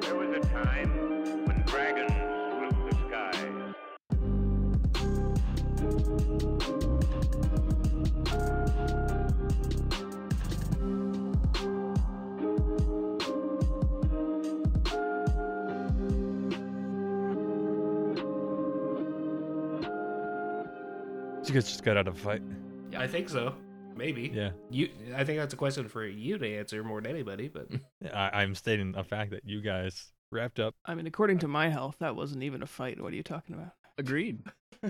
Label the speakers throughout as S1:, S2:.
S1: There was a time when dragons ruled the skies.
S2: You guys just got out of a fight.
S3: I think so. Maybe.
S2: Yeah.
S3: You I think that's a question for you to answer more than anybody, but
S2: I, I'm stating a fact that you guys wrapped up.
S4: I mean, according to my health, that wasn't even a fight. What are you talking about?
S5: Agreed.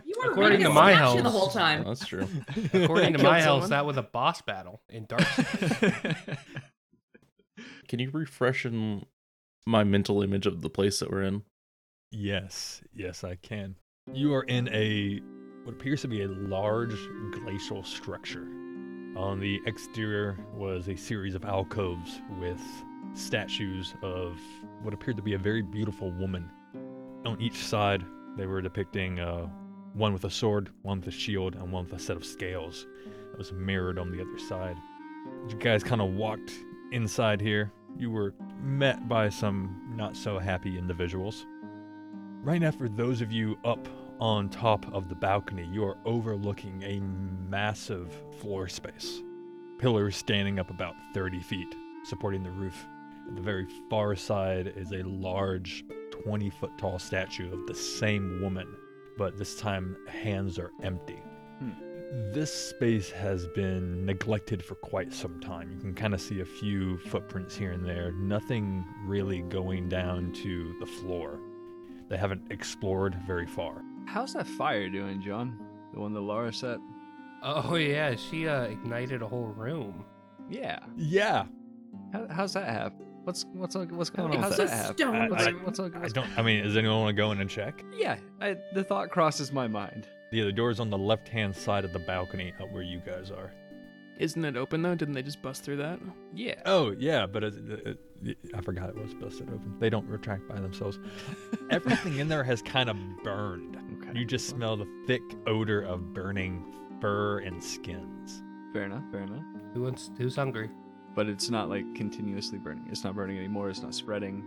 S6: You were
S3: According
S6: reading
S3: to
S6: a
S3: my
S6: selection the
S3: house-
S6: whole time.
S5: that's true.
S3: according
S4: I
S3: to
S4: killed
S3: my house,
S4: someone.
S3: that was a boss battle in dark.
S5: Can you refresh in my mental image of the place that we're in?
S2: Yes, yes, I can. You are in a what appears to be a large glacial structure. On the exterior was a series of alcoves with statues of what appeared to be a very beautiful woman. On each side, they were depicting uh, one with a sword, one with a shield, and one with a set of scales that was mirrored on the other side. You guys kind of walked inside here. You were met by some not so happy individuals. Right now, for those of you up on top of the balcony, you are overlooking a massive floor space. Pillars standing up about 30 feet, supporting the roof. At the very far side is a large 20 foot tall statue of the same woman, but this time hands are empty. This space has been neglected for quite some time. You can kind of see a few footprints here and there, nothing really going down to the floor they haven't explored very far.
S7: How's that fire doing, John? The one that Laura set?
S3: Oh yeah, she uh, ignited a whole room.
S7: Yeah.
S2: Yeah,
S7: How, how's that happen? What's what's what's going on? How's
S6: It's a
S7: that happen?
S6: stone
S2: I-
S7: What's,
S2: I-
S6: room.
S7: what's,
S2: I
S7: what's,
S2: don't. I mean, does anyone want to go in and check?
S7: yeah, I, the thought crosses my mind.
S2: Yeah, the door's on the left-hand side of the balcony, out where you guys are.
S4: Isn't it open though? Didn't they just bust through that?
S7: Yeah.
S2: Oh yeah, but it, it, it, I forgot it was busted open. They don't retract by themselves. Everything in there has kind of burned.
S7: Okay.
S2: You just smell the thick odor of burning fur and skins.
S7: Fair enough. Fair enough.
S3: Who wants? Who's hungry?
S7: But it's not like continuously burning. It's not burning anymore. It's not spreading.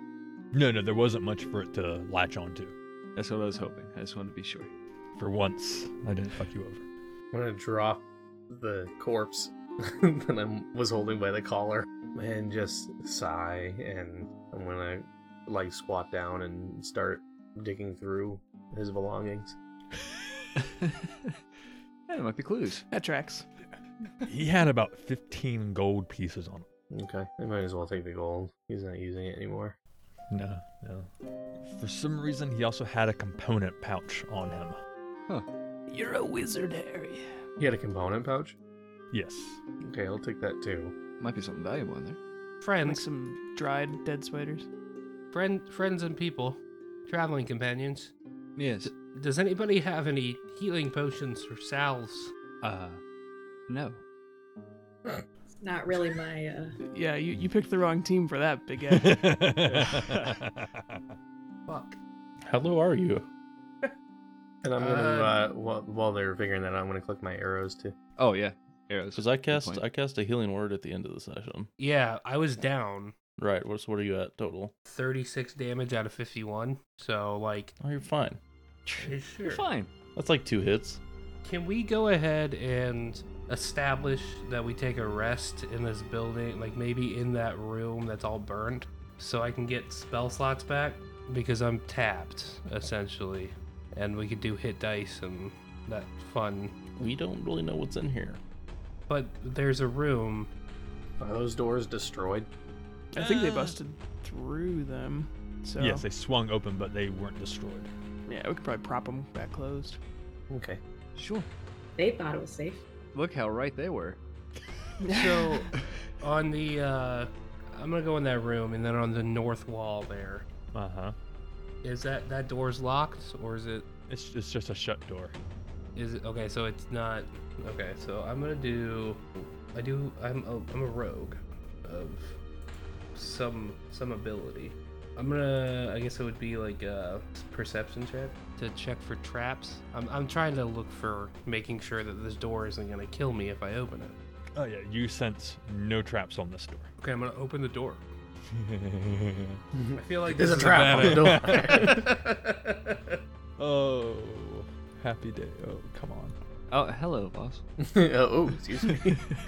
S2: No, no, there wasn't much for it to latch onto.
S7: That's what I was hoping. I just wanted to be sure.
S2: For once, I didn't fuck you over.
S8: I'm gonna drop the corpse that I was holding by the collar and just sigh. And I'm gonna like squat down and start digging through his belongings.
S7: Yeah, there might be clues.
S4: That tracks.
S2: He had about 15 gold pieces on him.
S8: Okay, I might as well take the gold. He's not using it anymore.
S2: No, no. For some reason, he also had a component pouch on him.
S4: You're a wizard, Harry.
S8: He had a component pouch.
S2: Yes.
S8: Okay, I'll take that too.
S7: Might be something valuable in there.
S4: Like
S3: Friends,
S4: some dried dead spiders.
S3: friend, friends, and people, traveling companions.
S7: Yes.
S3: Does anybody have any healing potions or salves?
S7: Uh, no.
S6: It's not really my. Uh...
S4: Yeah, you, you picked the wrong team for that, big guy.
S2: All
S3: Fuck.
S5: How low are you?
S8: And I'm gonna
S3: Uh,
S8: uh, while, while they're figuring that out, I'm gonna click my arrows too.
S7: Oh yeah. Arrows.
S5: Because I
S7: Good
S5: cast
S7: point.
S5: I cast a healing word at the end of the session.
S3: Yeah, I was down
S5: Right. What's what are you at total?
S3: 36 damage out of 51. So like,
S5: Oh, you're fine.
S3: sure.
S7: You're fine.
S5: That's like two hits.
S3: Can we go ahead and establish that we take a rest in this building, like maybe in that room that's all burned, so I can get spell slots back? Because I'm tapped, essentially. And we could do hit dice and that fun.
S5: We don't really know what's in here.
S3: But there's a room.
S8: Are those doors destroyed?
S4: I think they busted through them. So
S2: yes, they swung open, but they weren't destroyed.
S4: yeah, we could probably prop them back closed.
S8: Okay.
S7: Sure.
S6: They thought it was safe.
S7: Look how right they were.
S3: So on the, uh, I'm gonna go in that room, and then on the north wall there,
S2: Uh huh.
S3: is that that door's locked, or is it?
S2: It's, it's just a shut door.
S3: Is it okay? So it's not okay. So I'm gonna do. I do. I'm a, I'm a rogue, of some some ability. I'm gonna. I guess it would be like a perception check to check for traps. I'm I'm trying to look for making sure that this door isn't gonna kill me if I open it.
S2: Oh, yeah. You sense no traps on this door.
S3: Okay, I'm gonna open the door. I feel like
S8: There's
S3: this is
S8: a trap
S2: on the
S3: bad-
S2: oh, happy day. Oh, come on.
S7: Oh, hello, boss.
S8: oh, oh, excuse me.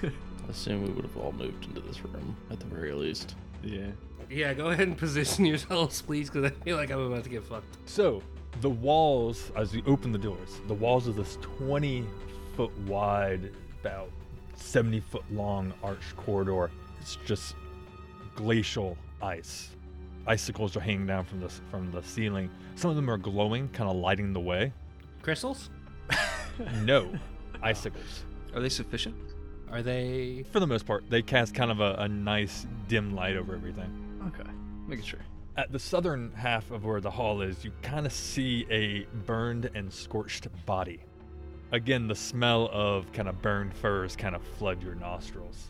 S5: I assume we would have all moved into this room at the very least.
S7: Yeah.
S3: yeah, go ahead and position yourselves, please, because I feel like I'm about to get fucked.
S2: So, the walls, as you open the doors, the walls of this 20 foot wide, about 70 foot long arched corridor, it's just glacial ice. Icicles are hanging down from the, from the ceiling. Some of them are glowing, kind of lighting the way.
S3: Crystals?
S2: No, icicles.
S7: Are they sufficient?
S3: Are they?
S2: For the most part, they cast kind of a, a nice dim light over everything.
S7: Okay. Making sure.
S2: At the southern half of where the hall is, you kind of see a burned and scorched body. Again, the smell of kind of burned furs kind of flood your nostrils.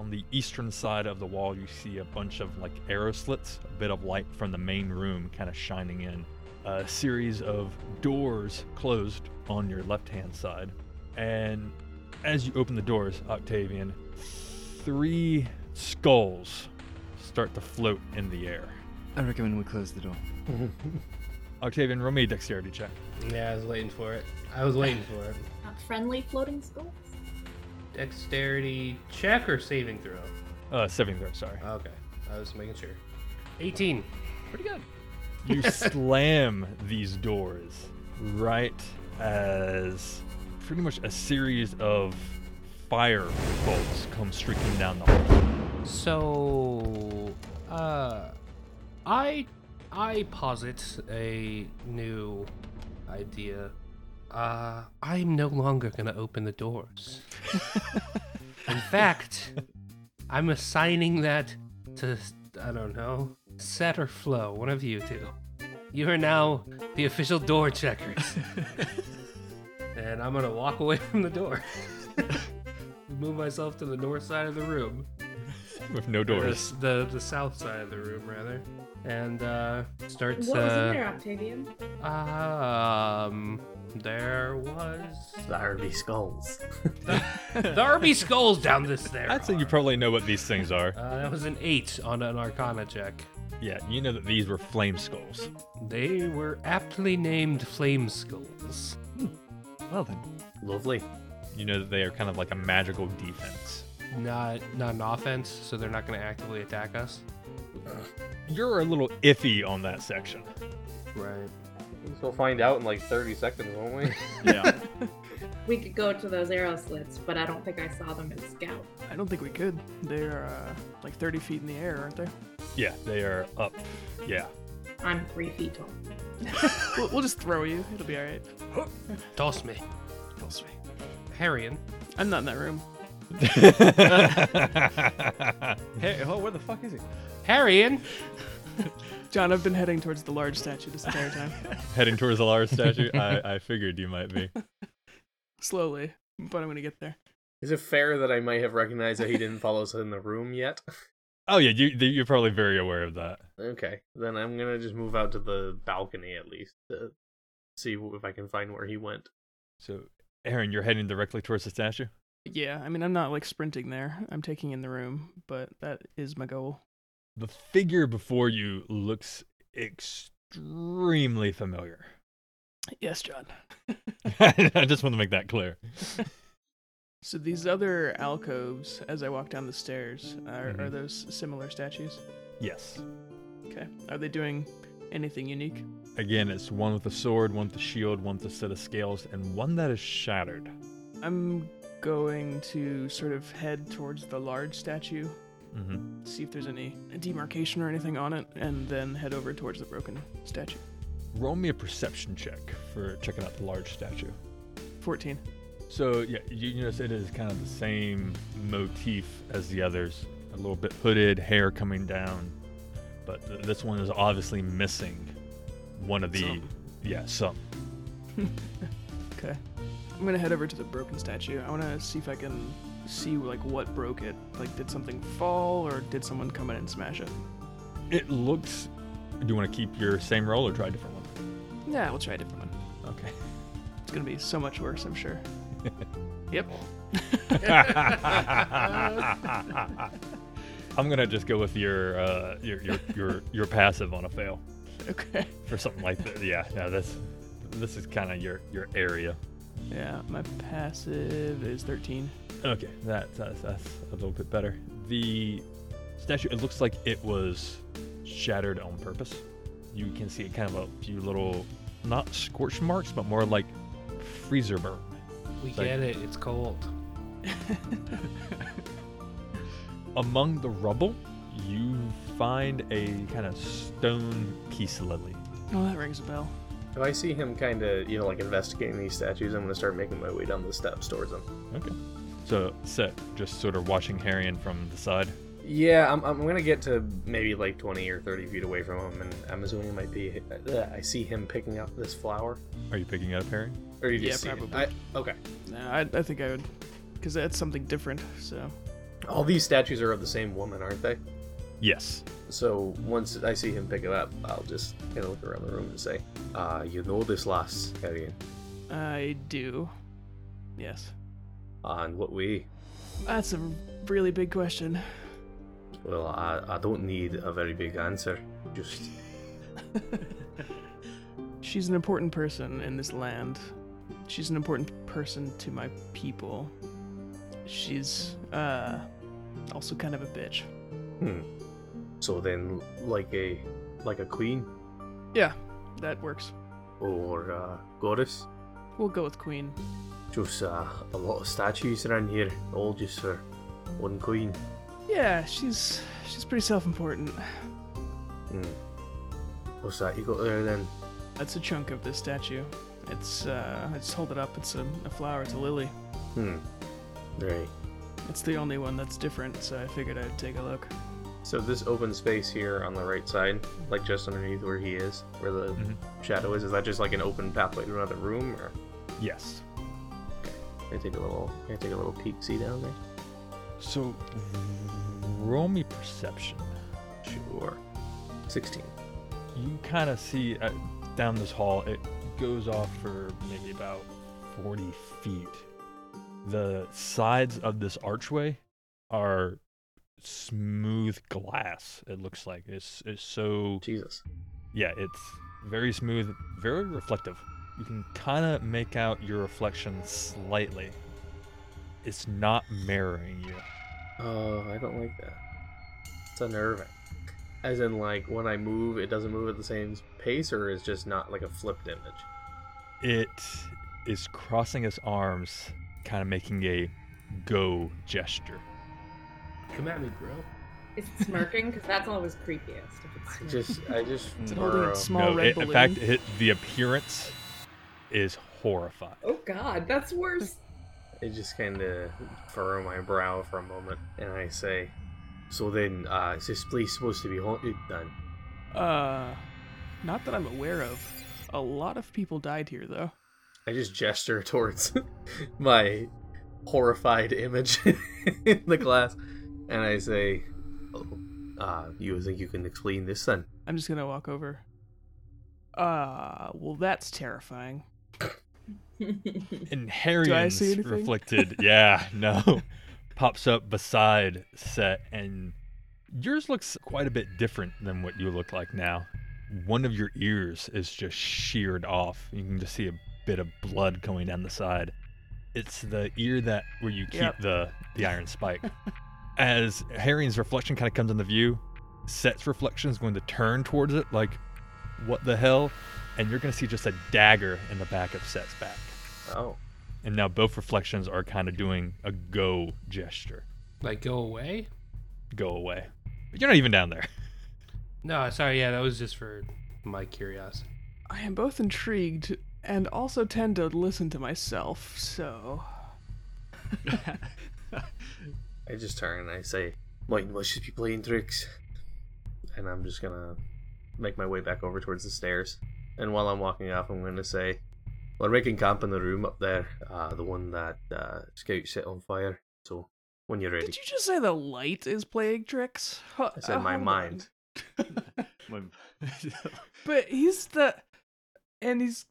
S2: On the eastern side of the wall, you see a bunch of like arrow slits, a bit of light from the main room kind of shining in. A series of doors closed on your left hand side. And as you open the doors, Octavian, three skulls start to float in the air.
S7: I recommend we close the door.
S2: Octavian, roll me a dexterity check.
S3: Yeah, I was waiting for it. I was waiting for it.
S6: Not friendly floating skulls?
S3: Dexterity check or saving throw?
S2: Uh, saving throw, sorry.
S3: Okay, I was making sure. 18.
S7: Pretty good.
S2: You slam these doors right as pretty much a series of fire bolts come streaking down the hall.
S3: So, uh, I I posit a new idea. Uh, I'm no longer gonna open the doors. In fact, I'm assigning that to I don't know, Set or Flow, one of you two. You are now the official door checkers, and I'm gonna walk away from the door. Move myself to the north side of the room
S2: With no
S3: or the,
S2: doors.
S3: s- the the south side of the room rather, and uh, starts.
S6: What was in there,
S3: uh,
S6: Octavian?
S3: Um, there was
S8: the Harvey skulls.
S3: the Arby skulls down this there.
S2: I'd say you
S3: are.
S2: probably know what these things are.
S3: Uh, that was an eight on an Arcana check.
S2: Yeah, you know that these were flame skulls.
S3: They were aptly named flame skulls.
S7: Well then.
S8: Lovely.
S2: You know that they are kind of like a magical defense.
S3: Not not an offense, so they're not going to actively attack us.
S2: You're a little iffy on that section.
S3: Right.
S8: We'll find out in like 30 seconds, won't we?
S7: Yeah.
S6: We could go to those arrow slits, but I don't think I saw them in scout.
S4: I don't think we could. They're uh, like 30 feet in the air, aren't they?
S2: Yeah, they are up. Yeah.
S6: I'm three feet tall.
S4: We'll, we'll just throw you. It'll be all right.
S3: Toss me,
S7: Pulse me.
S3: Harrion.
S4: I'm not in that room.
S7: Hey, oh, where the fuck is he?
S3: Harrion.
S4: John, I've been heading towards the large statue this entire time.
S2: Heading towards the Lara statue, I, I figured you might be.
S4: Slowly, but I'm going to get there.
S8: Is it fair that I might have recognized that he didn't follow us in the room yet?
S2: Oh yeah, you you're probably very aware of that.
S8: Okay, then I'm gonna just move out to the balcony at least to see wh- if I can find where he went.
S2: So, Aaron, you're heading directly towards the statue.
S4: Yeah, I mean, I'm not like sprinting there. I'm taking in the room, but that is my goal.
S2: The figure before you looks extremely familiar.
S4: Yes, John.
S2: I just want to make that clear.
S4: So these other alcoves, as I walk down the stairs, are, are
S2: Mhm.
S4: those similar statues?
S2: Yes.
S4: Okay. Are they doing anything unique?
S2: Again, it's one with a sword, one with a shield, one with a set of scales, and one that is shattered.
S4: I'm going to sort of head towards the large statue,
S2: Mm-hmm.
S4: see if there's any demarcation or anything on it, and then head over towards the broken statue.
S2: Roll me a perception check for checking out the large statue.
S4: 14.
S2: So yeah, you notice it is kind of the same motif as the others. A little bit hooded, hair coming down, but th- this one is obviously missing one of the
S4: Some.
S2: yeah some.
S4: Okay. I'm gonna head over to the broken statue. I wanna see if I can see like what broke it. Like, did something fall or did someone come in and smash it?
S2: It looks. Do you want to keep your same roll or try a different one?
S4: Nah, we'll try a different one.
S2: Okay.
S4: It's gonna be so much worse, I'm sure. yep.
S2: I I'm gonna just go with your uh, your, your your your passive on a fail
S4: Okay.
S2: for something like that. Yeah, no, that's this is kind of your your area.
S4: Yeah, my passive is 13.
S2: Okay, that, that's that's a little bit better. The statue it looks like it was shattered on purpose. You can see kind of a few little not scorch marks, but more like freezer burn.
S3: We
S2: Like-
S3: get it. It's cold.
S2: Among the rubble, you find a kind of stone keys lily.
S4: Oh, that rings a bell.
S8: If I see him kind of, you know, like investigating these statues, I'm gonna start making my way down the steps towards him.
S2: Okay. So set just sort of watching Harrion from the side.
S8: Yeah, I'm, I'm gonna get to maybe like 20 or 30 feet away from him, and I'm assuming it might be. Uh, I see him picking up this flower.
S2: Are you picking up Harrion?
S8: Or you
S4: Yeah,
S8: just see it?
S4: probably.
S8: I, okay.
S4: No, I, I think I would, because that's something different. So
S8: All these statues are of the same woman, aren't they?
S2: Yes.
S8: So once I see him pick it up, I'll just kind of look around the room and say, uh, you know this lass, Harriet,
S4: I do. Yes.
S8: and what we
S4: That's a really big question.
S8: Well, I, I don't need a very big answer. Just
S4: She's an important person in this land. She's an important person to my people. She's uh also kind of a bitch.
S8: so then, like a like a queen
S4: Yeah, that works.
S8: or a goddess.
S4: We'll go with Queen.
S8: Just uh, a lot of statues around here, all just for one queen.
S4: Yeah, she's she's pretty self-important.
S8: What's that you got there then?
S4: That's a chunk of this statue. It's uh I just hold it up. It's a, a flower. It's a lily.
S8: Hmm. Right.
S4: It's the only one that's different, so I figured I'd take a look.
S8: So this open space here on the right side, like just underneath where he is, where the
S2: Mhm.
S8: shadow is, is that just like an open pathway to another room, or
S2: Yes.
S8: can I take a little? Can I take a little peek see down there?
S2: So roll me perception.
S8: Sure. Sixteen.
S2: you kind of see uh, down this hall it goes off for maybe about 40 feet the sides of this archway are smooth glass it looks like it's, it's so
S8: Jesus.
S2: yeah it's very smooth very reflective you can kind of make out your reflection slightly it's not mirroring you
S8: Oh, I don't like that. It's unnerving. As in, like, when I move, it doesn't move at the same pace, or it's just not like a flipped image.
S2: It is crossing its arms, kind of making a go gesture.
S3: Come at me, bro.
S6: Is it smirking? Because that's always creepiest. If it's
S8: I
S6: smirking.
S8: just, I just,
S4: It's holding
S8: burrow.
S4: its small
S2: No,
S4: red
S2: it-
S4: balloon.
S2: in fact, it, the appearance is horrifying.
S6: Oh God, that's worse.
S8: I just kind of furrow my brow for a moment, and I say, "So then, uh, is this place supposed to be haunted then?"
S4: Uh, not that I'm aware of. A lot of people died here, though.
S8: I just gesture towards my horrified image in the glass, and I say, oh, "Uh, you think you can explain this then?"
S4: I'm just gonna walk over. Ah, well, that's terrifying.
S2: And
S4: see
S2: Harrien's
S4: anything?
S2: reflected, yeah, no, pops up beside Set, and yours looks quite a bit different than what you look like now. One of your ears is just sheared off. You can just see a bit of blood coming down the side. It's the ear that where you keep
S4: Yep.
S2: the the iron spike. As Harrien's reflection kind of comes into view, Set's reflection is going to turn towards it, like, what the hell? And you're going to see just a dagger in the back of Set's back
S8: Oh,
S2: and now both reflections are kind of doing a go gesture
S3: Like, go away?
S2: go away but you're not even down there
S3: No, sorry. Yeah, that was just for my curiosity.
S4: I am both intrigued and also tend to listen to myself, so.
S8: I just turn and I say, Might well should be playing tricks. And I'm just gonna make my way back over towards the stairs. And while I'm walking off, I'm gonna say, We're making camp in the room up there, uh, the one that uh, Scout set on fire. So when you're ready.
S4: Did you Oh, just say the light is playing tricks? Huh, um,
S8: I said my
S4: hold
S8: mind.
S4: on.
S7: My-
S4: but he's the. And he's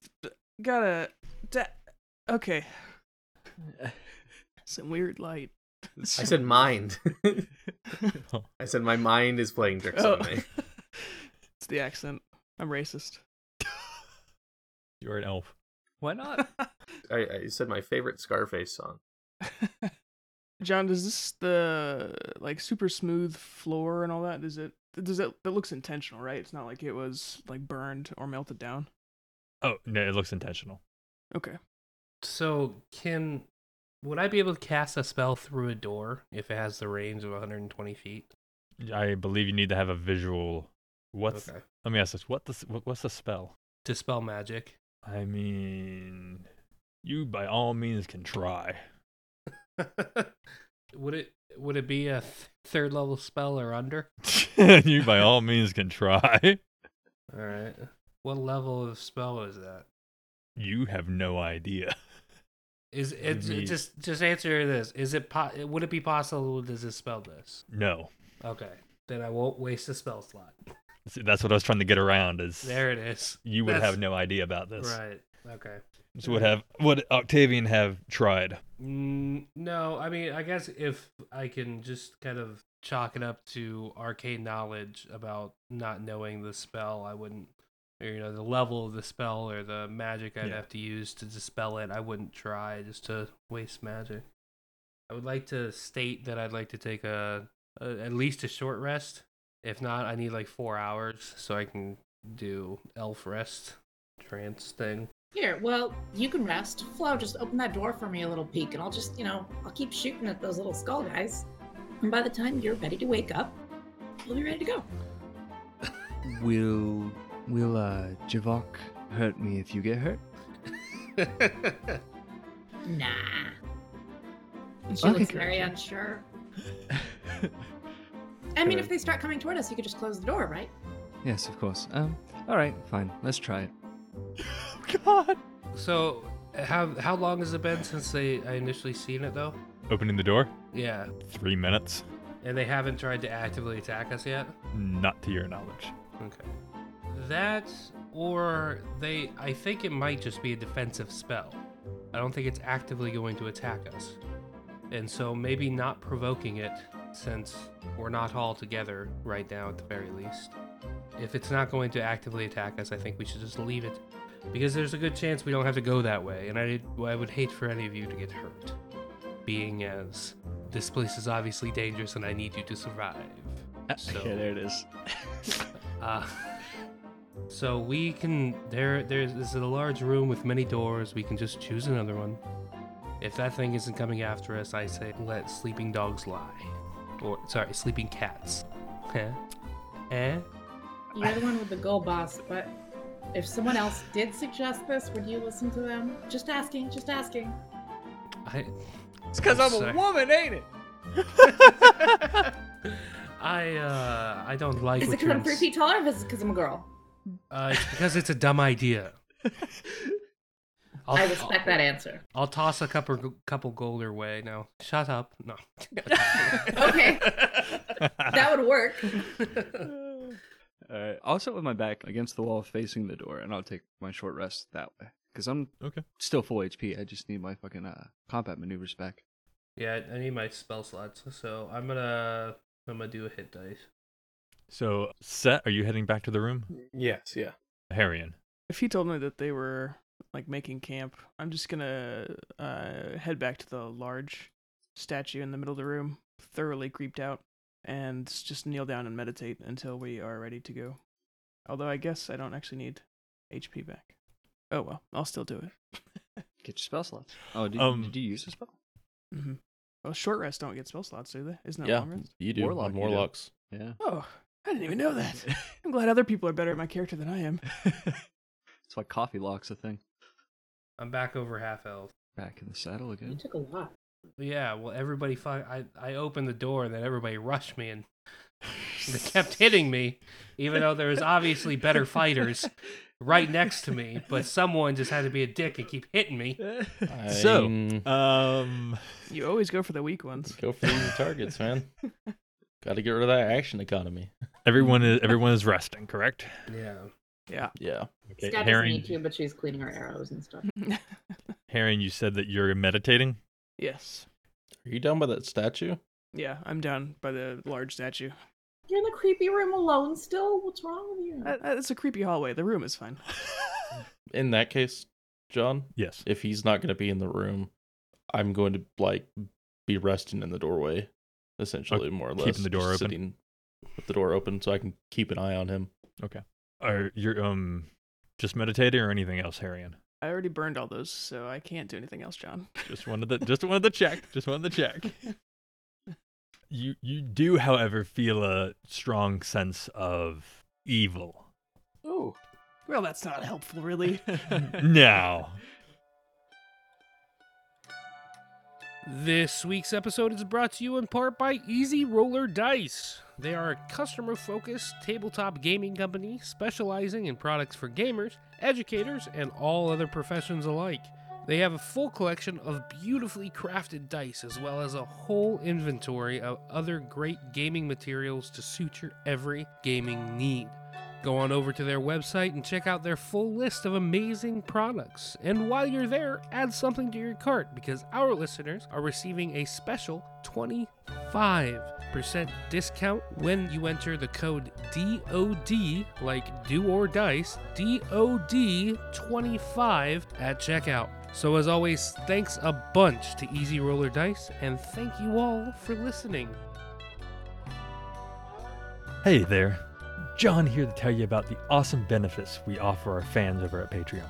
S4: got a. Da- okay. Some weird light.
S8: I said mind. I said my mind is playing tricks on me.
S4: Oh. it's the accent. I'm racist.
S2: You're an elf.
S7: Why not?
S8: I, I said my favorite Scarface song.
S4: John, does this the like super smooth floor and all that? Does it does it that looks intentional, right? It's not like it was like burned or melted down.
S2: Oh no, it looks intentional.
S4: Okay.
S3: So can would I be able to cast a spell through a door if it has the range of 120 feet?
S2: I believe you need to have a visual. What's
S3: okay.
S2: let me ask this? What the s- what- what's the spell?
S3: Dispel magic.
S2: I mean, you by all means can try.
S3: would it would it be a th- third level spell or under?
S2: you by all means can try.
S3: All right. What level of spell is that?
S2: You have no idea.
S3: Is it
S2: mean?
S3: just just answer this? Is it po- would it be possible to dispel this?
S2: No,
S3: Okay, then I won't waste a spell slot.
S2: See, that's what I was trying to get around. Is
S3: There it is.
S2: you would
S3: That's-
S2: have no idea about this.
S3: Right. Okay.
S2: So would have would Octavian have tried?
S3: Mm, no, I mean, I guess if I can just kind of chalk it up to arcane knowledge about not knowing the spell, I wouldn't, or you know, the level of the spell or the magic I'd
S2: Yeah.
S3: have to use to dispel it. I wouldn't try just to waste magic. I would like to state that I'd like to take a, a at least a short rest. If not, I need like four hours so I can do elf rest trance thing.
S6: Here, well, you can rest. Flo, just open that door for me a little peek, and I'll just, you know, I'll keep shooting at those little skull guys. And by the time you're ready to wake up, you'll be ready to go.
S7: will will uh Javok hurt me if you get hurt?
S6: Nah. She
S7: Okay,
S6: looks
S7: good.
S6: very unsure. I mean, if they start coming toward us, you could just close the door, right?
S7: yes, of course. Um, all right, fine. Let's try it.
S4: God.
S3: So, how how long has it been since they I initially seen it though?
S2: Opening the door,
S3: Yeah,
S2: three minutes,
S3: and they haven't tried to actively attack us yet.
S2: not to your knowledge.
S3: Okay, that or they I think it might just be a defensive spell. I don't think it's actively going to attack us, and so maybe not provoking it since we're not all together right now at the very least. If it's not going to actively attack us, I think we should just leave it. Because there's a good chance we don't have to go that way, and I, I would hate for any of you to get hurt. being as this place is obviously dangerous and I need you to survive. So,
S7: Okay, there it is.
S3: uh, so we can there there's this is a large room with many doors. We can just choose another one. If that thing isn't coming after us, I say let sleeping dogs lie, or sorry, sleeping cats. Huh? Eh?
S6: You're the one with the go boss, but if someone else did suggest this, would you listen to them? Just asking, just asking.
S3: I
S7: It's because
S3: I'm a Sorry.
S7: woman, ain't it?
S3: I uh I don't like.
S6: Is
S3: what
S6: it because
S3: you're
S6: I'm three
S3: ins-
S6: feet taller or is it because I'm a girl?
S3: Uh, it's because it's a dumb idea. I'll-
S6: I
S3: I'll-
S6: respect that answer.
S3: I'll toss a couple couple gold her way now. Shut up. No.
S6: Okay, that would work.
S7: All right. I'll sit with my back against the wall, facing the door, and I'll take my short rest that way. Because I'm
S2: Okay.
S7: still full HP. I just need my fucking uh, combat maneuvers back.
S3: yeah, I need my spell slots, so I'm gonna I'm gonna do a hit dice.
S2: So, Set, are you heading back to the room?
S8: yes, yeah.
S2: Harrion.
S4: If he told me that they were like making camp, I'm just gonna uh, head back to the large statue in the middle of the room, thoroughly creeped out, and s- just kneel down and meditate until we are ready to go. Although I guess I don't actually need HP back. Oh well, I'll still do it.
S7: Get your spell slots. Oh, did,
S2: Um,
S7: did you use a spell?
S4: Mm-hmm. Well, short rests don't get spell slots, do they? Isn't that
S5: yeah,
S4: long rest?
S5: you do.
S7: Warlock,
S5: on
S7: you do.
S5: warlocks.
S7: Yeah.
S4: Oh, I didn't even know that. I'm glad other people are better at my character than I am.
S7: That's why coffee lock's a thing.
S3: I'm back over half health.
S7: Back in the saddle
S6: You
S7: again.
S6: took a lot.
S3: Yeah, well everybody fu- I I opened the door and then everybody rushed me and they kept hitting me, even though there was obviously better fighters right next to me, but someone just had to be a dick and keep hitting me.
S2: So,
S5: I'm-
S2: um,
S4: You always go for the weak ones.
S5: go for easy targets, man. Got to get rid of that action economy.
S2: everyone is everyone is resting, correct?
S3: Yeah.
S4: Yeah.
S5: Yeah.
S2: Okay,
S6: Scat doesn't need to,
S2: Harrion,
S6: but she's cleaning her arrows and stuff.
S2: Harrion, you said that you're meditating.
S4: yes.
S5: Are you done by that statue?
S4: Yeah, I'm down by the large statue.
S6: You're in the creepy room alone still? What's wrong with you?
S4: Uh, uh, It's a creepy hallway. The room is fine.
S5: In that case, John,
S2: Yes.
S5: if he's not going to be in the room, I'm going to like be resting in the doorway, essentially, more or less.
S2: keeping the door
S5: just
S2: open.
S5: Sitting with the door open so I can keep an eye on him.
S2: Are you um just meditating or anything else, Harrion?
S4: I already burned all those, so I can't do anything else, John.
S2: Just wanted to just wanted to check. Just wanted to check. You you do, however, feel a strong sense of evil
S7: Oh,
S4: Well, that's not helpful, really.
S2: now.
S3: This week's episode is brought to you in part by Easy Roller Dice. They are a customer focused tabletop gaming company specializing in products for gamers, educators, and all other professions alike. They have a full collection of beautifully crafted dice as well as a whole inventory of other great gaming materials to suit your every gaming need. Go on over to their website and check out their full list of amazing products. And while you're there, add something to your cart because our listeners are receiving a special 25% discount when you enter the code DOD, like do or dice, DOD25 at checkout. So, as always, thanks a bunch to Easy Roller Dice, and thank you all for listening.
S2: Hey there. John here to tell you about the awesome benefits we offer our fans over at Patreon.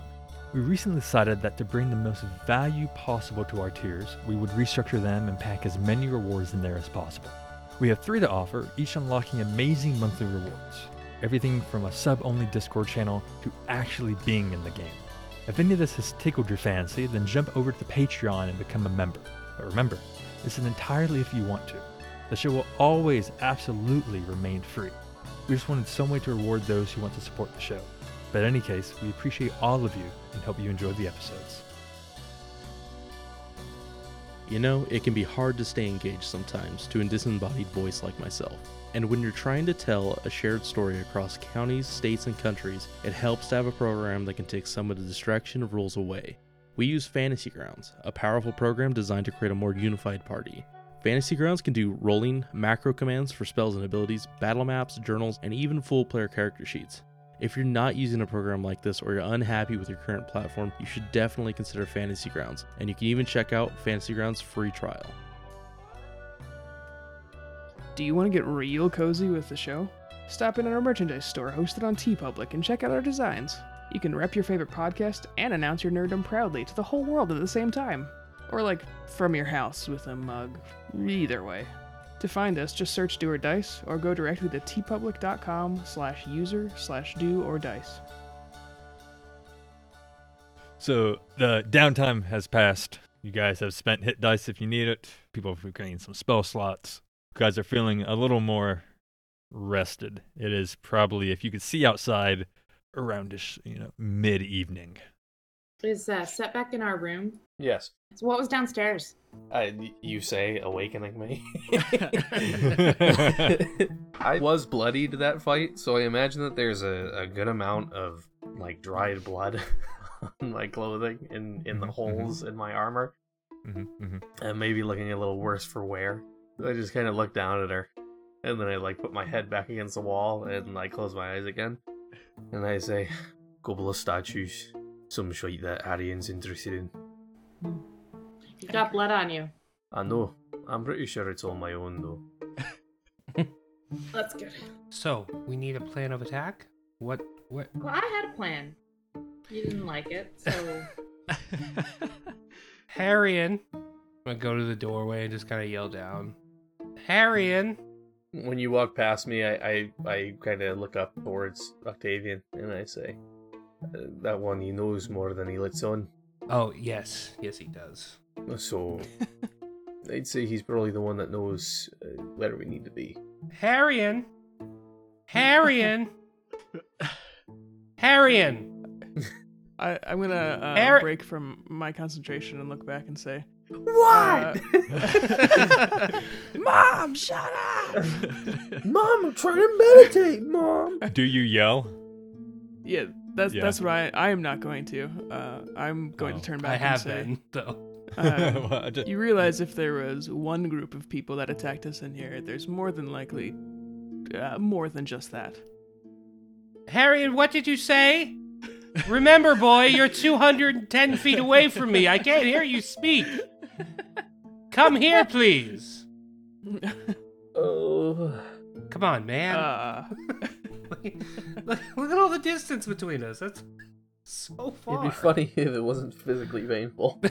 S2: We recently decided that to bring the most value possible to our tiers, we would restructure them and pack as many rewards in there as possible. We have three to offer, each unlocking amazing monthly rewards. Everything from a sub only Discord channel to actually being in the game. If any of this has tickled your fancy, then jump over to the Patreon and become a member. But remember, this is entirely if you want to. The show will always absolutely remain free. We just wanted some way to reward those who want to support the show. But in any case, we appreciate all of you and hope you enjoy the episodes.
S5: You know, it can be hard to stay engaged sometimes to a disembodied voice like myself. And when you're trying to tell a shared story across counties, states, and countries, it helps to have a program that can take some of the distraction of rules away. We use Fantasy Grounds, a powerful program designed to create a more unified party. Fantasy Grounds can do rolling, macro commands for spells and abilities, battle maps, journals, and even full player character sheets. If you're not using a program like this or you're unhappy with your current platform, you should definitely consider Fantasy Grounds, and you can even check out Fantasy Grounds free trial.
S4: Do you want to get real cozy with the show? Stop in at our merchandise store hosted on TeePublic and check out our designs. You can rep your favorite podcast and announce your nerddom proudly to the whole world at the same time. Or, like, from your house with a mug. Either way. To find us, just search Do or Dice or go directly to tpublic.com slash user slash do or dice.
S2: So the downtime has passed. You guys have spent hit dice if you need it. People have gained some spell slots. You guys are feeling a little more rested. It is probably, if you could see outside, aroundish, you know, mid evening.
S6: Is uh, set back in our room?
S8: Yes.
S6: So what was downstairs?
S8: I, you say awakening me. I
S2: Mm-hmm, I
S8: was bloodied that fight, so I imagine that there's a, a good amount of like dried blood on my clothing and in the
S2: Mhm, mhm.
S8: holes in my armor,
S2: Mm-hmm,
S8: and maybe looking a little worse for wear. I just kind of look down at her, and then I like put my head back against the wall and like close my eyes again, and I say, "Couple of statues, some shit that Arian's interested in."
S6: You've got blood on you.
S8: I know. I'm pretty sure it's all my own though.
S6: That's good.
S3: So, we need a plan of attack? What? What?
S6: Well, I had a plan. You didn't like it, so
S3: Harrion. I'm gonna go to the doorway and just kind of yell down. Harrion.
S8: When you walk past me, I I, I kind of look up towards Octavian and I say, "Uh, "That one he knows more than he lets on."
S3: Oh yes, yes he does.
S8: So I'd say he's probably the one that knows uh, where we need to be.
S3: Harrion. Harrion. Harrion.
S4: I, I'm gonna uh,
S3: Eric-
S4: break from my concentration and look back and say, uh,
S8: What?
S4: Mom, shut up!
S8: Mom, I'm trying to meditate, Mom.
S2: Do you yell?
S4: Yeah, that's
S2: Yeah.
S4: that's what I I am not going to. Uh, I'm going
S2: Oh,
S4: to turn back.
S3: I have
S4: and say,
S3: been though.
S4: Um,
S2: Well, I just-
S4: You realize if there was one group of people that attacked us in here, there's more than likely uh, more than just that.
S3: Harry, what did you say? Remember, boy, you're 210 feet away from me. I can't hear you speak. Come here, please.
S8: Oh.
S3: Come on, man.
S4: Uh,
S3: look, look at all the distance between us. That's so far.
S8: It'd be funny if it wasn't physically painful.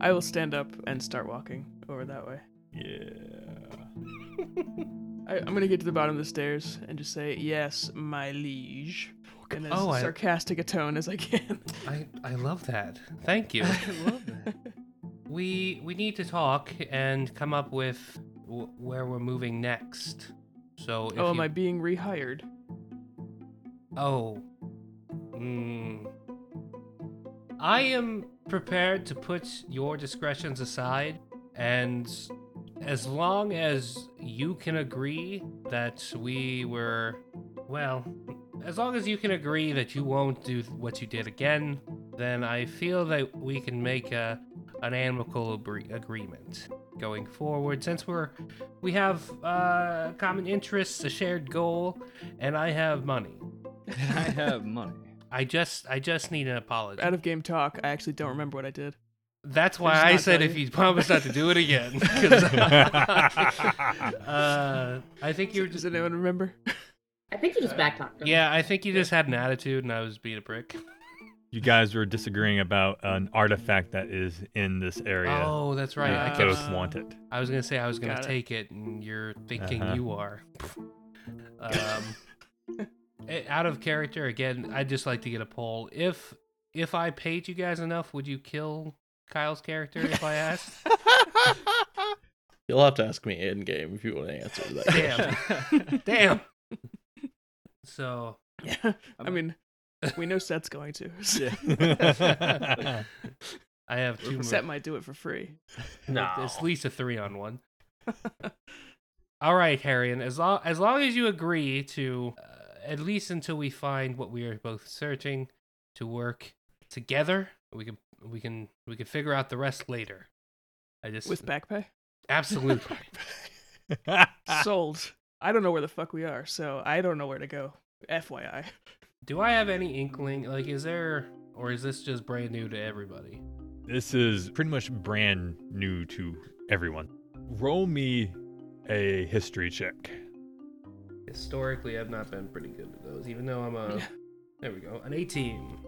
S4: I will stand up and start walking over that way.
S2: yeah.
S4: I, I'm gonna get to the bottom of the stairs and just say, "Yes, my liege," in as
S3: Oh, I-
S4: sarcastic a tone as I can.
S3: I, I love that. Thank you.
S4: love that.
S3: we we need to talk and come up with w- where we're moving next. So if
S4: oh, am
S3: you...
S4: I being rehired?
S3: Oh. Mm. I am prepared to put your discretions aside, and as long as you can agree that we were. Well, as long as you can agree that you won't do what you did again, then I feel that we can make a, an amicable agree- agreement going forward since we're we have uh, common interests a shared goal and i have money
S7: I have money.
S3: I just I just need an apology.
S4: Out of game talk, I actually don't remember what I did.
S3: That's
S4: There's
S3: why I
S4: not
S3: said
S4: done.
S3: if you promise not to do it again. 'cause- uh, I think you were
S4: Does
S3: just
S4: anyone remember?
S6: I think you just backtalked him.
S3: yeah. I think you just had an attitude, and I was being a prick.
S2: You guys were disagreeing about an artifact that is in this area.
S3: Oh, that's right.
S2: You
S3: I
S4: Yeah.
S3: kept,
S2: both
S4: Uh,
S2: want it.
S3: I was gonna say I was gonna
S4: Got it.
S3: take it, and you're thinking
S2: Uh-huh.
S3: you are. Um, eh, out of character again. I'd just like to get a poll. If if I paid you guys enough, would you kill Kyle's character if I asked?
S5: You'll have to ask me in game if you want to answer that.
S3: Damn. Damn. So
S4: yeah. I mean, we know Set's going to. so
S3: I have two more.
S4: Set might do it for free.
S3: It's at least a three on one. All right, Harry, and as long as long as you agree to, uh, at least until we find what we are both searching, to work together, we can we can we can figure out the rest later. I just
S4: With back pay?
S3: absolutely.
S2: ah.
S4: Sold. I don't know where the fuck we are, so I don't know where to go. FYI.
S3: Do I have any inkling? Like, is there, or is this just brand new to everybody?
S2: This is pretty much brand new to everyone. Roll me a history check.
S3: Historically, I've not been pretty good at those, even though I'm a. There we go, an 18.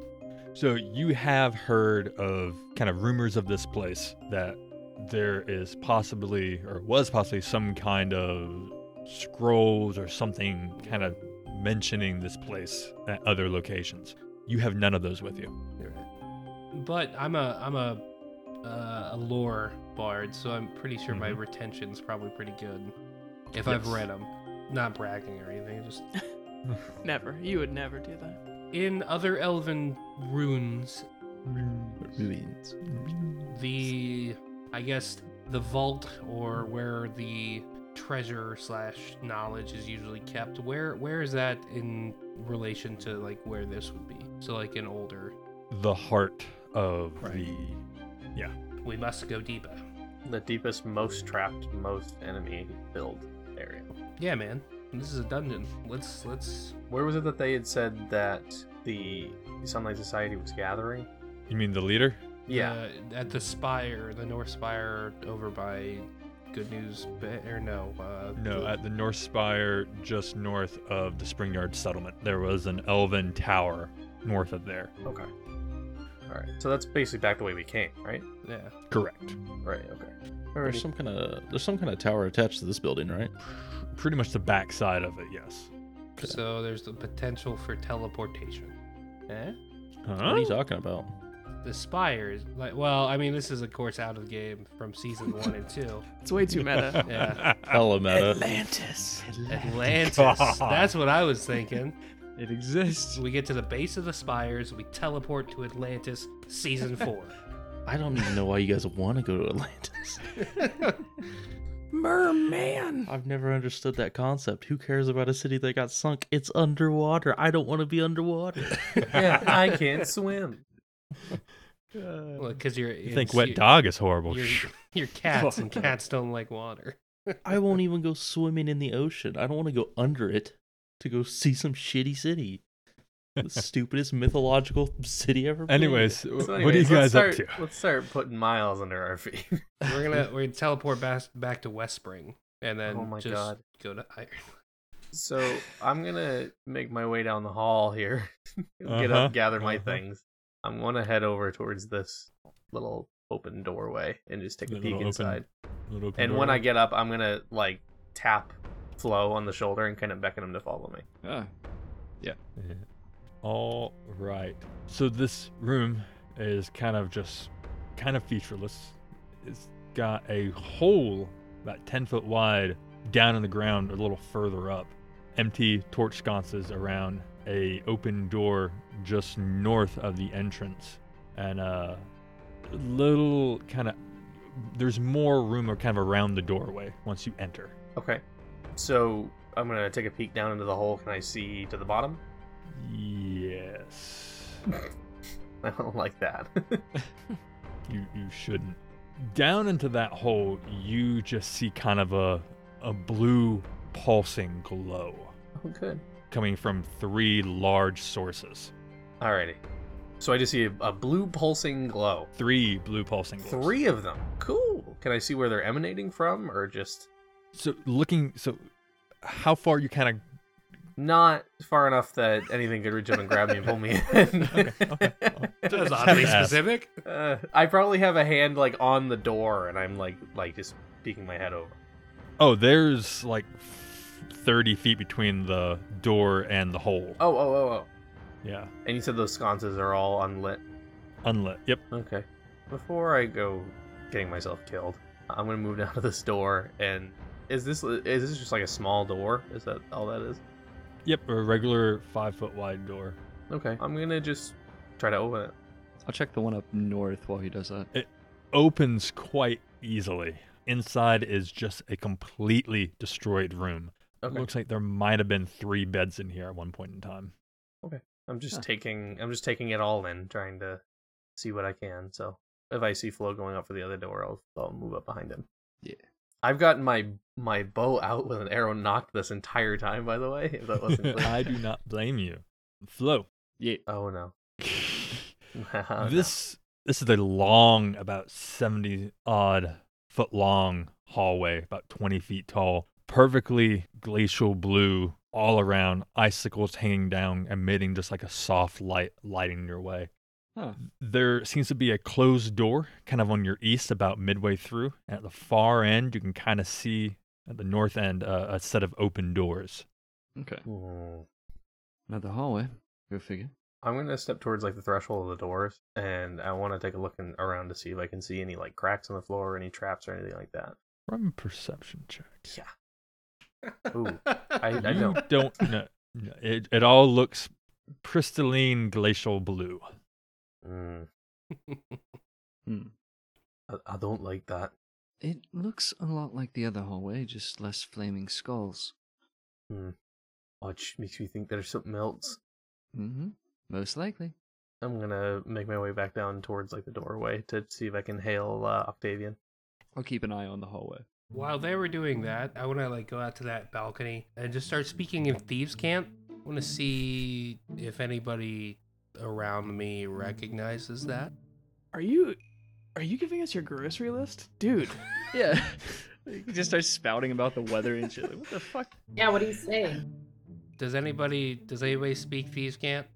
S2: So you have heard of kind of rumors of this place that there is possibly or was possibly some kind of scrolls or something kind of mentioning this place at other locations. You have none of those with you.
S3: But I'm a I'm a uh, a lore bard, so I'm pretty sure my
S2: Mhm.
S3: retention's probably pretty good if I've
S2: Yes.
S3: read them. Not bragging or anything, just
S4: Never. You would never do that.
S3: in other elven runes,
S5: Ruins.
S3: the I guess the vault or where the treasure slash knowledge is usually kept. Where where is that in relation to like where this would be? So like an older
S2: The heart of
S7: Right.
S3: We must go deeper.
S8: the deepest, most trapped, most enemy-filled area.
S3: Yeah, man. This is a dungeon. Let's let's
S8: Where was it that they had said that the Sunlight Society was gathering?
S2: the You mean the leader?
S8: Yeah,
S3: uh, at the spire, the north spire over by Good News Bay or no, uh
S2: No,
S3: the-
S2: at the North Spire, just north of the Springyard settlement, there was an elven tower north of there.
S8: okay. All right. So that's basically back the way we came, right?
S3: yeah.
S2: Correct.
S8: Right, okay.
S5: There's some kind of there's some kind of tower attached to this building, right?
S2: Pretty much the backside of it, yes.
S5: Okay.
S3: So there's the potential for teleportation. Eh?
S5: What are
S2: Huh?
S5: you talking about?
S3: The spire is like well, I mean this is of course out of the game from season one and two.
S4: It's way too meta.
S3: Yeah.
S5: Hello, meta.
S4: Atlantis.
S3: Atlantis.
S2: God.
S3: That's what I was thinking.
S7: It exists.
S3: We get to the base of the spires, we teleport to Atlantis season four.
S5: I don't even know why you guys want to go to Atlantis.
S4: Merman.
S5: I've never understood that concept. Who cares about a city that got sunk? It's underwater. I don't want to be underwater.
S8: yeah, I can't swim.
S3: Well, because you're
S2: You think
S3: it's-
S2: wet
S3: you're-
S2: dog is horrible.
S3: You're, you're cats, and cats don't like water.
S5: I won't even go swimming in the ocean. I don't want to go under it to go see some shitty city. The stupidest mythological city ever. created.
S2: Anyways, w-
S8: So
S2: what are you
S8: anyways,
S2: guys
S8: let's
S2: up to?
S8: start- Let's start putting miles under our feet.
S3: We're gonna we're gonna teleport back back to West Spring, and then
S8: Oh my
S3: just
S8: God.
S3: go to Iron.
S8: So I'm gonna make my way down the hall here, get
S2: Uh-huh,
S8: up, gather my
S2: uh-huh.
S8: things. I'm gonna head over towards this little open doorway and just take a
S2: The
S8: peek
S2: little open
S8: inside.
S2: Little open
S8: And when
S2: door.
S8: I get up, I'm gonna like tap Flo on the shoulder and kind of beckon him to follow me.
S7: Ah,
S2: Yeah. All right. So this room is kind of just kind of featureless. It's got a hole about 10 foot wide down in the ground a little further up. Empty torch sconces around a open door just north of the entrance. And uh, a little kind of there's more room or kind of around the doorway once you enter.
S8: Okay. So I'm gonna take a peek down into the hole. Can I see to the bottom?
S2: Yes.
S8: I don't like that.
S2: You you shouldn't. Down into that hole, you just see kind of a a blue pulsing glow
S8: oh, good.
S2: coming from three large sources.
S8: Alrighty. So I just see a, a blue pulsing glow.
S2: Three blue pulsing glows.
S8: Three of them. Cool. Can I see where they're emanating from, or just
S2: So looking so how far you kind of
S8: not far enough that anything could reach up and grab me and pull me in?
S2: okay, okay.
S3: That's
S2: Just have to
S3: oddly
S2: ask.
S3: specific.
S8: Uh, I probably have a hand like on the door, and I'm like like just peeking my head over.
S2: Oh, there's like 30 feet between the door and the hole.
S8: Oh oh oh oh.
S2: Yeah.
S8: And you said those sconces are all unlit.
S2: Unlit. Yep.
S8: Okay. Before I go getting myself killed, I'm gonna move down to this door. And is this is this just like a small door? Is that all that is?
S2: Yep, a regular 5 foot wide door.
S8: Okay. I'm gonna just try to open it.
S7: I'll check the one up north while he does that.
S2: opens quite easily. Inside is just a completely destroyed room.
S8: Okay.
S2: Looks like there might have been three beds in here at one point in time.
S8: I'm just
S7: Huh.
S8: taking I'm just taking it all in, trying to see what I can. So if I see Flo going up for the other door, I'll, I'll move up behind him.
S7: Yeah.
S8: I've gotten my my bow out with an arrow knocked this entire time. By the way, if that wasn't clear.
S2: I do not blame you. Flo.
S7: Yeah.
S8: oh no. Oh,
S2: this this is a long, about seventy odd foot long hallway, about twenty feet tall, perfectly glacial blue all around, icicles hanging down, emitting just like a soft light lighting your way.
S7: Huh.
S2: There seems to be a closed door kind of on your east about midway through. At the far end, you can kind of see at the north end uh, a set of open doors.
S7: Okay.
S8: No. Hmm.
S7: Another hallway. Go figure.
S8: I'm gonna step towards like the threshold of the doors, and I want to take a look in, around to see if I can see any like cracks in the floor, or any traps, or anything like that.
S2: From perception check.
S8: Ooh, I
S2: you
S8: don't.
S2: don't know. No, It, it all looks crystalline glacial blue.
S8: Hmm.
S7: Hmm.
S8: I, I don't like that.
S7: It looks a lot like the other hallway, just less flaming skulls.
S8: Which makes me think there's something else.
S7: Mm-hmm. Most likely.
S8: I'm gonna make my way back down towards like the doorway to see if I can hail uh, Octavian.
S7: I'll keep an eye on the hallway.
S3: While they were doing that, I want to like go out to that balcony and just start speaking in thieves' cant. I want to see if anybody around me recognizes that.
S4: Are you are you giving us your grocery list? Dude,
S7: Yeah. You just start spouting about the weather and shit. Like, what the fuck?
S6: Yeah, what do you say?
S3: Does anybody does anybody speak thieves' cant?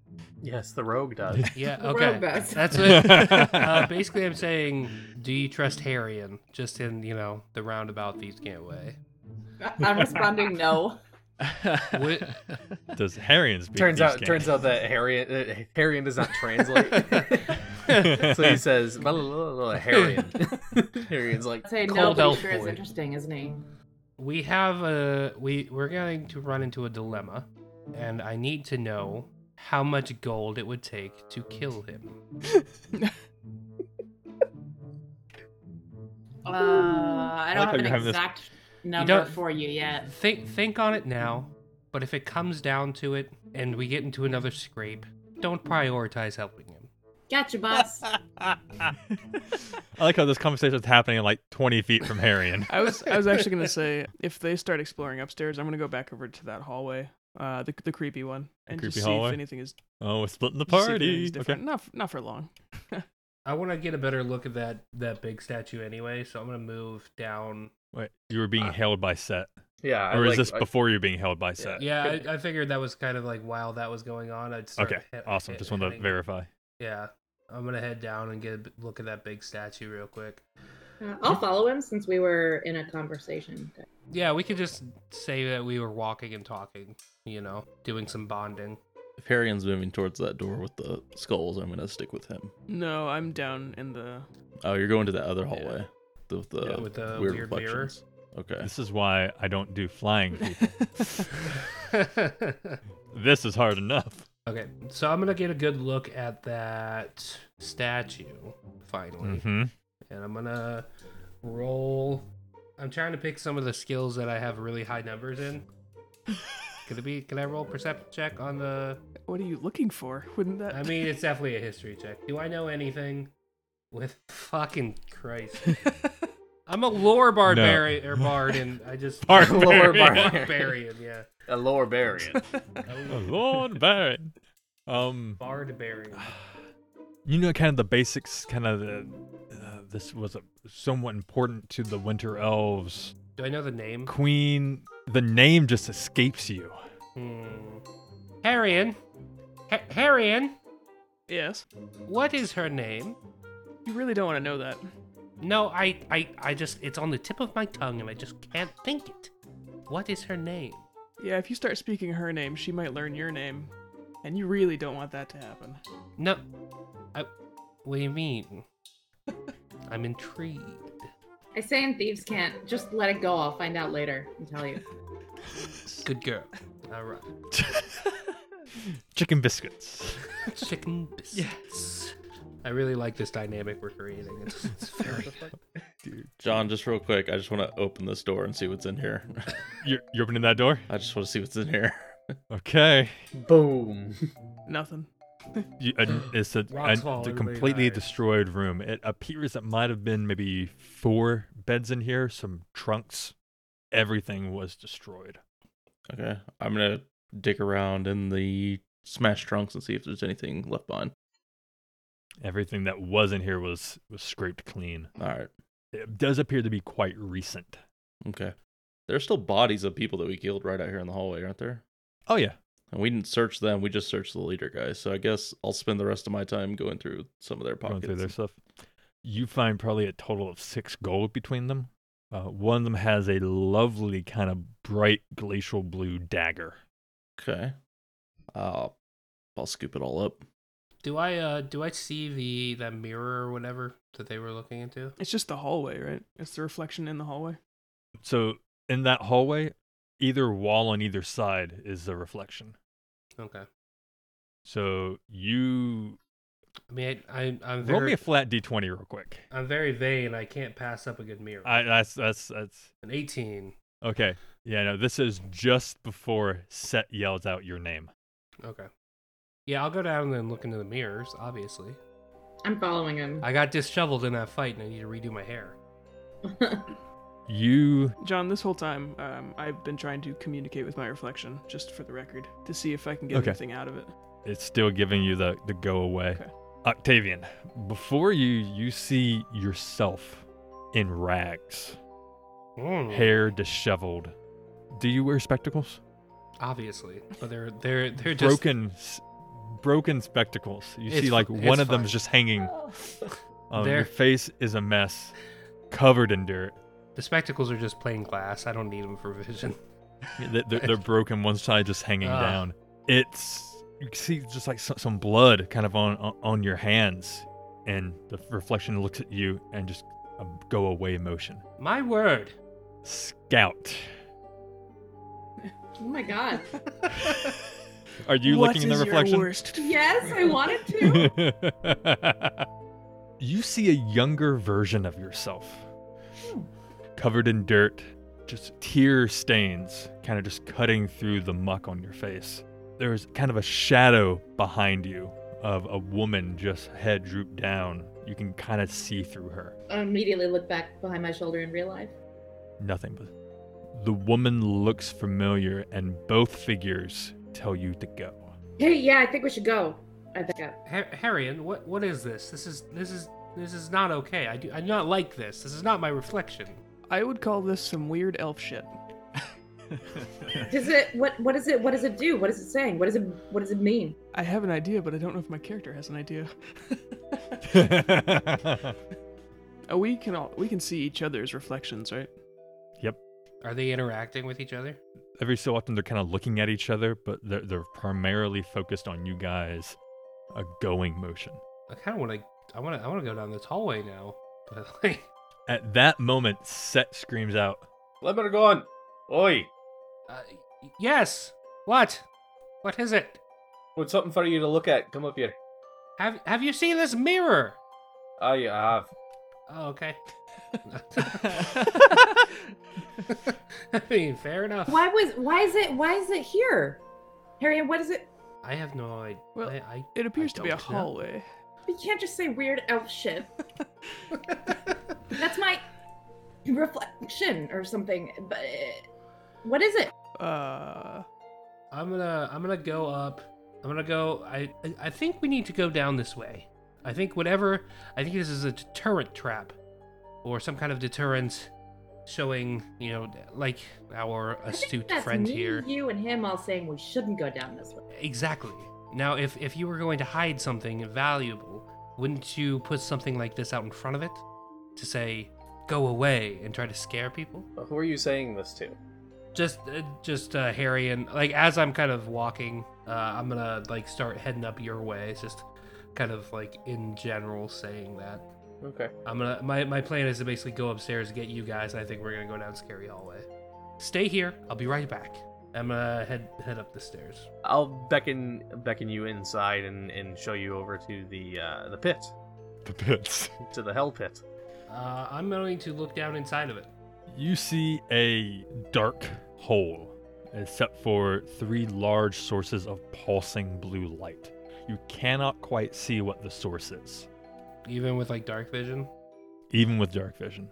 S8: Yes, the rogue does.
S3: Yeah,
S6: The
S3: okay.
S6: rogue does.
S3: That's what. uh, basically, I'm saying, do you trust Harrion? Just in you know the roundabout thieves' cant way.
S6: I'm responding no.
S3: What-
S2: Does Harrion speak?
S8: turns
S2: these
S8: out,
S2: can-
S8: turns out that Harriet, uh, Harriet does not translate. so he says, "Blah, blah, blah, blah, Harriet." Harriet's like,
S6: I'd say no,
S3: Cold
S6: but
S3: elf
S6: he sure is
S3: boy.
S6: interesting, isn't he?
S3: we have a we we're going to run into a dilemma, and I need to know how much gold it would take to kill him.
S6: Uh, I
S2: like
S6: don't
S2: how
S6: have
S2: you have
S6: an
S2: this-
S6: exact number
S3: don't-
S6: for you yet.
S3: Think think on it now, but if it comes down to it, and we get into another scrape, don't prioritize helping him.
S6: Gotcha, boss.
S2: I like how this conversation is happening like 20 feet from Harrion.
S4: I was I was actually gonna say if they start exploring upstairs, I'm gonna go back over to that hallway, uh, the the creepy one, and
S2: creepy
S4: just see
S2: hallway?
S4: if anything is
S2: Oh, we're splitting the
S4: see if anything's
S2: party.
S4: different.
S2: Okay.
S4: Not f- not for long.
S3: I want to get a better look at that that big statue anyway, so I'm gonna move down.
S2: Wait, you were being
S8: Uh,
S2: held by Set,
S8: Yeah. I
S2: or is
S8: like-
S2: this
S8: I-
S2: before you were being held by Set?
S3: Yeah, I, I figured that was kind of like while that was going on, I'd start.
S2: Okay.
S3: he-
S2: Awesome.
S3: he-
S2: Just wanted to
S3: heading-
S2: verify.
S3: Yeah, I'm gonna head down and get a b- look at that big statue real quick.
S6: Uh, I'll follow him since we were in a conversation.
S3: Yeah, we could just say that we were walking and talking, you know, doing some bonding.
S5: If Harrigan's moving towards that door with the skulls, I'm gonna stick with him.
S4: No, I'm down in the.
S5: Oh, you're going to that other hallway. The, with the
S3: Yeah, with the weird
S5: weird,
S3: mirror.
S5: reflections. Okay.
S2: This is why I don't do flying people. this is hard enough.
S3: okay, so I'm gonna get a good look at that statue finally,
S2: hmm
S3: and I'm gonna roll. I'm trying to pick some of the skills that I have really high numbers in. Could it be? Can I roll perception check on the?
S4: What are you looking for? Wouldn't that?
S3: I mean, it's definitely a history check. Do I know anything? With fucking Christ, I'm a lore barbarian or bard, and I just
S2: Barbarian.
S3: barbarian, yeah,
S8: a lower barrier.
S2: Oh, Lord Baron. Um,
S3: bardbarian.
S2: you know, kind of the basics, kind of the. Uh, this was a, somewhat important to the Winter Elves.
S3: Do I know the name?
S2: Queen, the name just escapes you.
S3: Hmm. Harrion. Ha- Harrion.
S4: yes.
S3: What is her name?
S4: You really don't want to know that.
S3: No, I, I, I just, it's on the tip of my tongue, and I just can't think it. What is her name?
S4: Yeah, if you start speaking her name, she might learn your name, and you really don't want that to happen.
S3: No. I, what do you mean? I'm intrigued.
S6: I say in Thieves Can't, just let it go. I'll find out later and tell you.
S3: Good girl. All right.
S2: Chicken biscuits.
S3: Chicken biscuits. I really like this dynamic we're creating. It's, it's very.
S5: John, just real quick, I just want to open this door and see what's in here.
S2: You're, you're opening that door?
S5: I just want to see what's in here.
S2: Okay.
S8: Boom.
S4: Nothing.
S2: You, uh, it's a,
S3: Rocks
S2: a-
S3: fall,
S2: a
S3: everybody
S2: completely
S3: dies.
S2: destroyed room. It appears it might have been maybe four beds in here, some trunks. Everything was destroyed.
S5: Okay, I'm gonna dig around in the smashed trunks and see if there's anything left behind.
S2: Everything that was in here was was scraped clean.
S5: All right.
S2: It does appear to be quite recent.
S5: Okay. There's still bodies of people that we killed right out here in the hallway, aren't there?
S2: Oh yeah,
S5: And we didn't search them. We just searched the leader guys. So I guess I'll spend the rest of my time going through some of their
S2: going through
S5: pockets.
S2: their stuff. You find probably a total of six gold between them. Uh, one of them has a lovely kind of bright glacial blue dagger.
S5: Okay. Uh, I'll scoop it all up.
S3: Do I uh do I see the that mirror or whatever that they were looking into?
S4: It's just the hallway, right? It's the reflection in the hallway.
S2: So in that hallway, either wall on either side is the reflection.
S3: Okay.
S2: So you
S3: I mean, I, I I'm
S2: roll me
S3: very
S2: a flat d20 real quick.
S3: I'm very vain. I can't pass up a good mirror.
S2: I that's that's that's
S3: An 18.
S2: okay. Yeah, no, this is just before Set yells out your name.
S3: Okay. Yeah, I'll go down and look into the mirrors. Obviously,
S6: I'm following him.
S3: I got disheveled in that fight, and I need to redo my hair.
S2: You
S4: John, this whole time, um, I've been trying to communicate with my reflection, just for the record, to see if I can get
S2: Okay.
S4: anything out of it.
S2: it's still giving you the the go away.
S4: Okay.
S2: Octavian, before you you see yourself in rags,
S3: Mm,
S2: hair disheveled. Do you wear spectacles?
S3: Obviously, but they're they're they're just
S2: broken s broken spectacles. You
S3: It's
S2: see like
S3: fi-
S2: one
S3: it's
S2: of them's
S3: fine.
S2: just hanging. Um, your
S3: There.
S2: face is a mess, covered in dirt.
S3: The spectacles are just plain glass. I don't need them for vision.
S2: They- They're, they're broken. One side just hanging
S3: Ah.
S2: down. It's you can see just like some, some blood kind of on on- on your hands, and the reflection looks at you and just a go away motion.
S3: My word.
S2: Scout,
S6: Oh my god.
S2: are you
S4: What
S2: looking in the
S4: is your
S2: reflection?
S4: worst
S6: Yes, I wanted to.
S2: you see a younger version of yourself, covered in dirt, just tear stains, kind of just cutting through the muck on your face. There's kind of a shadow behind you of a woman just head drooped down. You can kind of see through her.
S6: I immediately look back behind my shoulder in real life.
S2: Nothing but the woman looks familiar, and both figures tell you to go.
S6: Hey, yeah, I think we should go. I back up.
S3: Har- Harrion, what what is this? This is this is this is not okay. I do I do not like this. This is not my reflection.
S4: I would call this some weird elf shit.
S6: Does it? What? What is it? What does it do? What is it saying? What does it? What does it mean?
S4: I have an idea, but I don't know if my character has an idea. Uh, we can all we can see each other's reflections, right?
S3: Are they interacting with each other?
S2: Every so often, they're kind of looking at each other, but they're, they're primarily focused on you guys. A going motion.
S3: I kind of want to. I want to. I want to go down this hallway now. But like,
S2: At that moment, Set screams out,
S8: Let her go on. Oi,
S3: uh, yes. What? What is it?
S8: what's something for you to look at? Come up here.
S3: Have Have you seen this mirror?
S8: I have.
S3: Oh, okay. I mean, fair enough.
S6: Why was? Why is it? Why is it here? Harry, what is it?
S3: I have no idea.
S4: Well,
S3: I, I,
S4: It appears to be a
S3: don't know.
S4: hallway.
S6: You can't just say weird elf shit. That's my reflection or something. But uh, what is it?
S4: Uh,
S3: I'm gonna I'm gonna go up. I'm gonna go. I I- I think we need to go down this way. I think whatever. I think this is a deterrent trap, or some kind of deterrent, showing you know like our
S6: I think
S3: astute
S6: that's
S3: friend
S6: me,
S3: here.
S6: You and him all saying we shouldn't go down this way.
S3: Exactly. Now, if if you were going to hide something valuable, wouldn't you put something like this out in front of it to say go away and try to scare people?
S8: Who are you saying this to?
S3: just uh, just uh, Harry and like as I'm kind of walking, uh, I'm gonna like start heading up your way. It's just kind of like in general saying that.
S8: Okay.
S3: I'm gonna my, my plan is to basically go upstairs and get you guys. I think we're gonna go down scary hallway. Stay here. I'll be right back. I'm gonna head head up the stairs.
S8: I'll beckon beckon you inside and, and show you over to the uh, the pit,
S2: The pits.
S8: to the hell pit.
S3: Uh, I'm going to look down inside of it.
S2: You see a dark hole, except for three large sources of pulsing blue light. You cannot quite see what the source is,
S3: Even with like dark vision.
S2: even with dark vision.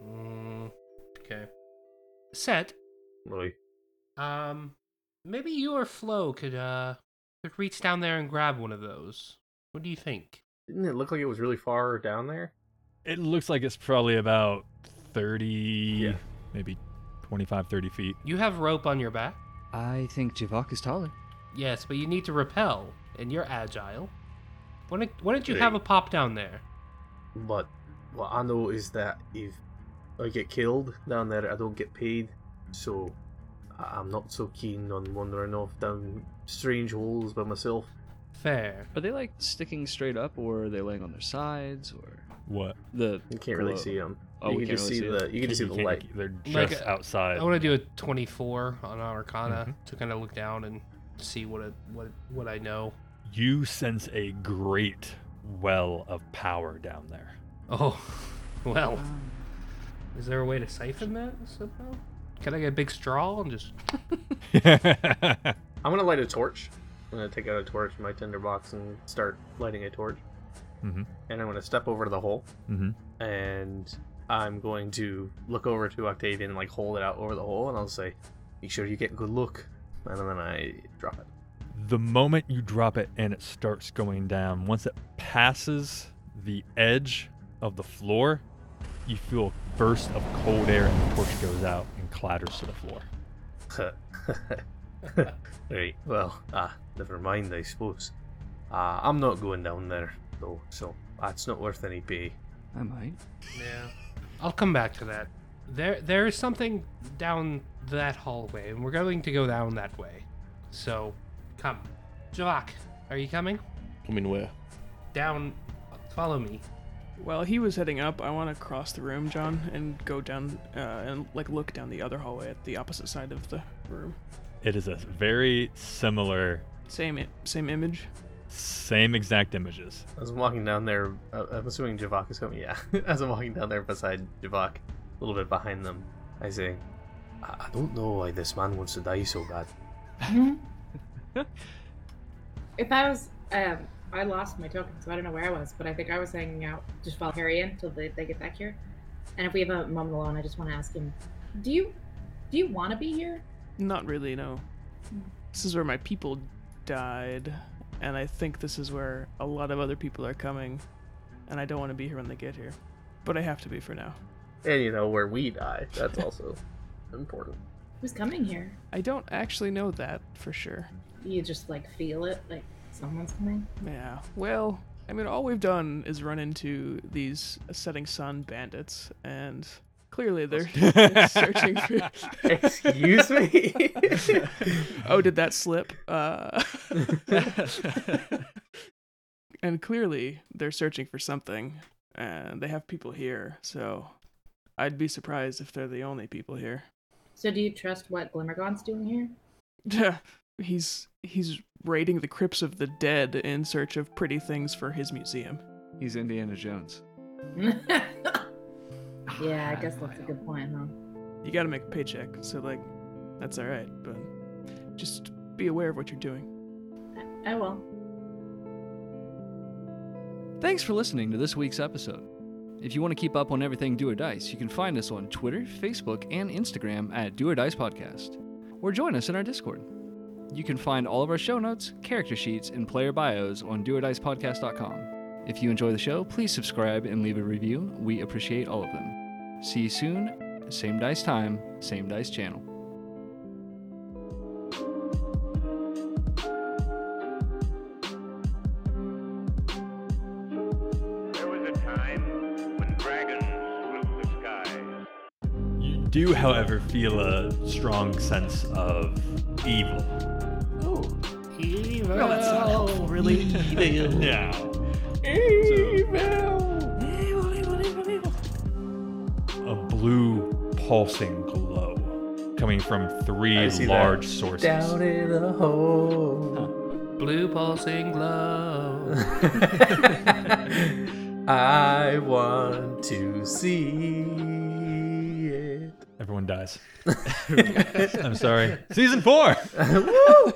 S3: Mm, okay. Set.
S8: Really?
S3: Um, maybe you or Flo could uh could reach down there and grab one of those. What do you think?
S8: Didn't it look like it was really far down there?
S2: It looks like it's probably about 30,
S8: Yeah.
S2: maybe 25, 30 feet.
S3: You have rope on your back.
S7: I think Javak is taller.
S3: Yes, but you need to rappel, and you're agile. Why don't, why don't you have a pop down there?
S8: But what I know is that if I get killed down there, I don't get paid. So I- I'm not so keen on wandering off down strange holes by myself.
S3: Fair.
S7: Are they like sticking straight up, or are they laying on their sides, or
S2: What?
S7: the?
S8: You can't really
S7: glow?
S8: see them.
S7: Oh,
S8: you
S7: we
S8: can
S7: can't
S8: just
S7: really
S8: see
S7: see
S8: the you can just see the
S2: can't-
S8: light.
S2: They're
S3: Like,
S2: just
S3: uh,
S2: outside.
S3: I want to do a 24 on Arcana to kind of look down and see what it, what what I know.
S2: You sense a great well of power down there.
S3: Oh, well. Is there a way to siphon that somehow? Can I get a big straw and just
S8: I'm gonna light a torch. I'm gonna take out a torch from my tinderbox and start lighting a torch.
S7: Mm-hmm.
S2: Mhm.
S8: And I'm gonna step over to the hole
S2: hmm
S8: and I'm going to look over to Octavian and like hold it out over the hole and I'll say, "Make sure you get a good look." And then I drop it.
S2: The moment you drop it and it starts going down, once it passes the edge of the floor, you feel a burst of cold air and the torch goes out and clatters to the floor.
S8: right. Well, ah, never mind. I suppose. Uh, I'm not going down there though, so that's not worth any pay.
S7: I might.
S3: Yeah. I'll come back to that. There there is something down that hallway, and we're going to go down that way. So come. Javak, are you coming?
S5: I mean, where?
S3: Down follow me.
S4: while he was heading up, I want to cross the room, John, and go down uh, and like look down the other hallway at the opposite side of the room.
S2: It is a very similar,
S4: Same i- same image.
S2: same exact images.
S8: As I'm walking down there, uh, I'm assuming Javak is coming. Yeah, as I'm walking down there beside Javak, a little bit behind them, I say, I, I don't know why this man wants to die so bad.
S6: If I was um, I lost my token, so I don't know where I was, but I think I was hanging out. Just follow Harry in until they, they get back here. And if we have a moment alone, I just want to ask him, do you do you want to be here?
S4: Not really, no. This is where my people died, and I think this is where a lot of other people are coming, and I don't want to be here when they get here. But I have to be for now.
S8: And you know where we die. That's also important.
S6: Who's coming here?
S4: I don't actually know that for sure.
S6: Do you just like feel it, like someone's coming?
S4: Yeah. Well, I mean, all we've done is run into these setting sun bandits, and clearly they're searching for.
S8: Excuse me.
S4: Oh, did that slip? Uh, and clearly they're searching for something, and they have people here, so I'd be surprised if they're the only people here.
S6: So do you trust what Glimmergon's doing here?
S4: he's he's raiding the crypts of the dead in search of pretty things for his museum.
S9: He's Indiana Jones.
S3: Ah,
S6: yeah, I guess that's a good point, huh?
S4: You got to make a paycheck, so like, that's all right, but just be aware of what you're doing.
S6: I, I will.
S7: Thanks for listening to this week's episode. If you want to keep up on everything Do or Dice, you can find us on Twitter, Facebook, and Instagram at Do or Dice Podcast, or join us in our Discord. You can find all of our show notes, character sheets, and player bios on doordicepodcast.com. If you enjoy the show, please subscribe and leave a review. We appreciate all of them. See you soon, same dice time, same dice channel.
S1: There was a time when dragons ruled the skies.
S2: You do, however, feel a strong sense of evil.
S10: Oh, evil.
S4: Oh, that's not helpful, really.
S2: Yeah.
S10: Evil, evil, evil, evil.
S2: A blue pulsing glow coming from three
S8: I see that.
S2: large sources.
S8: Down in a hole.
S10: Blue pulsing glow.
S8: I want to see it.
S2: Everyone dies. I'm sorry. Season four.
S8: Woo!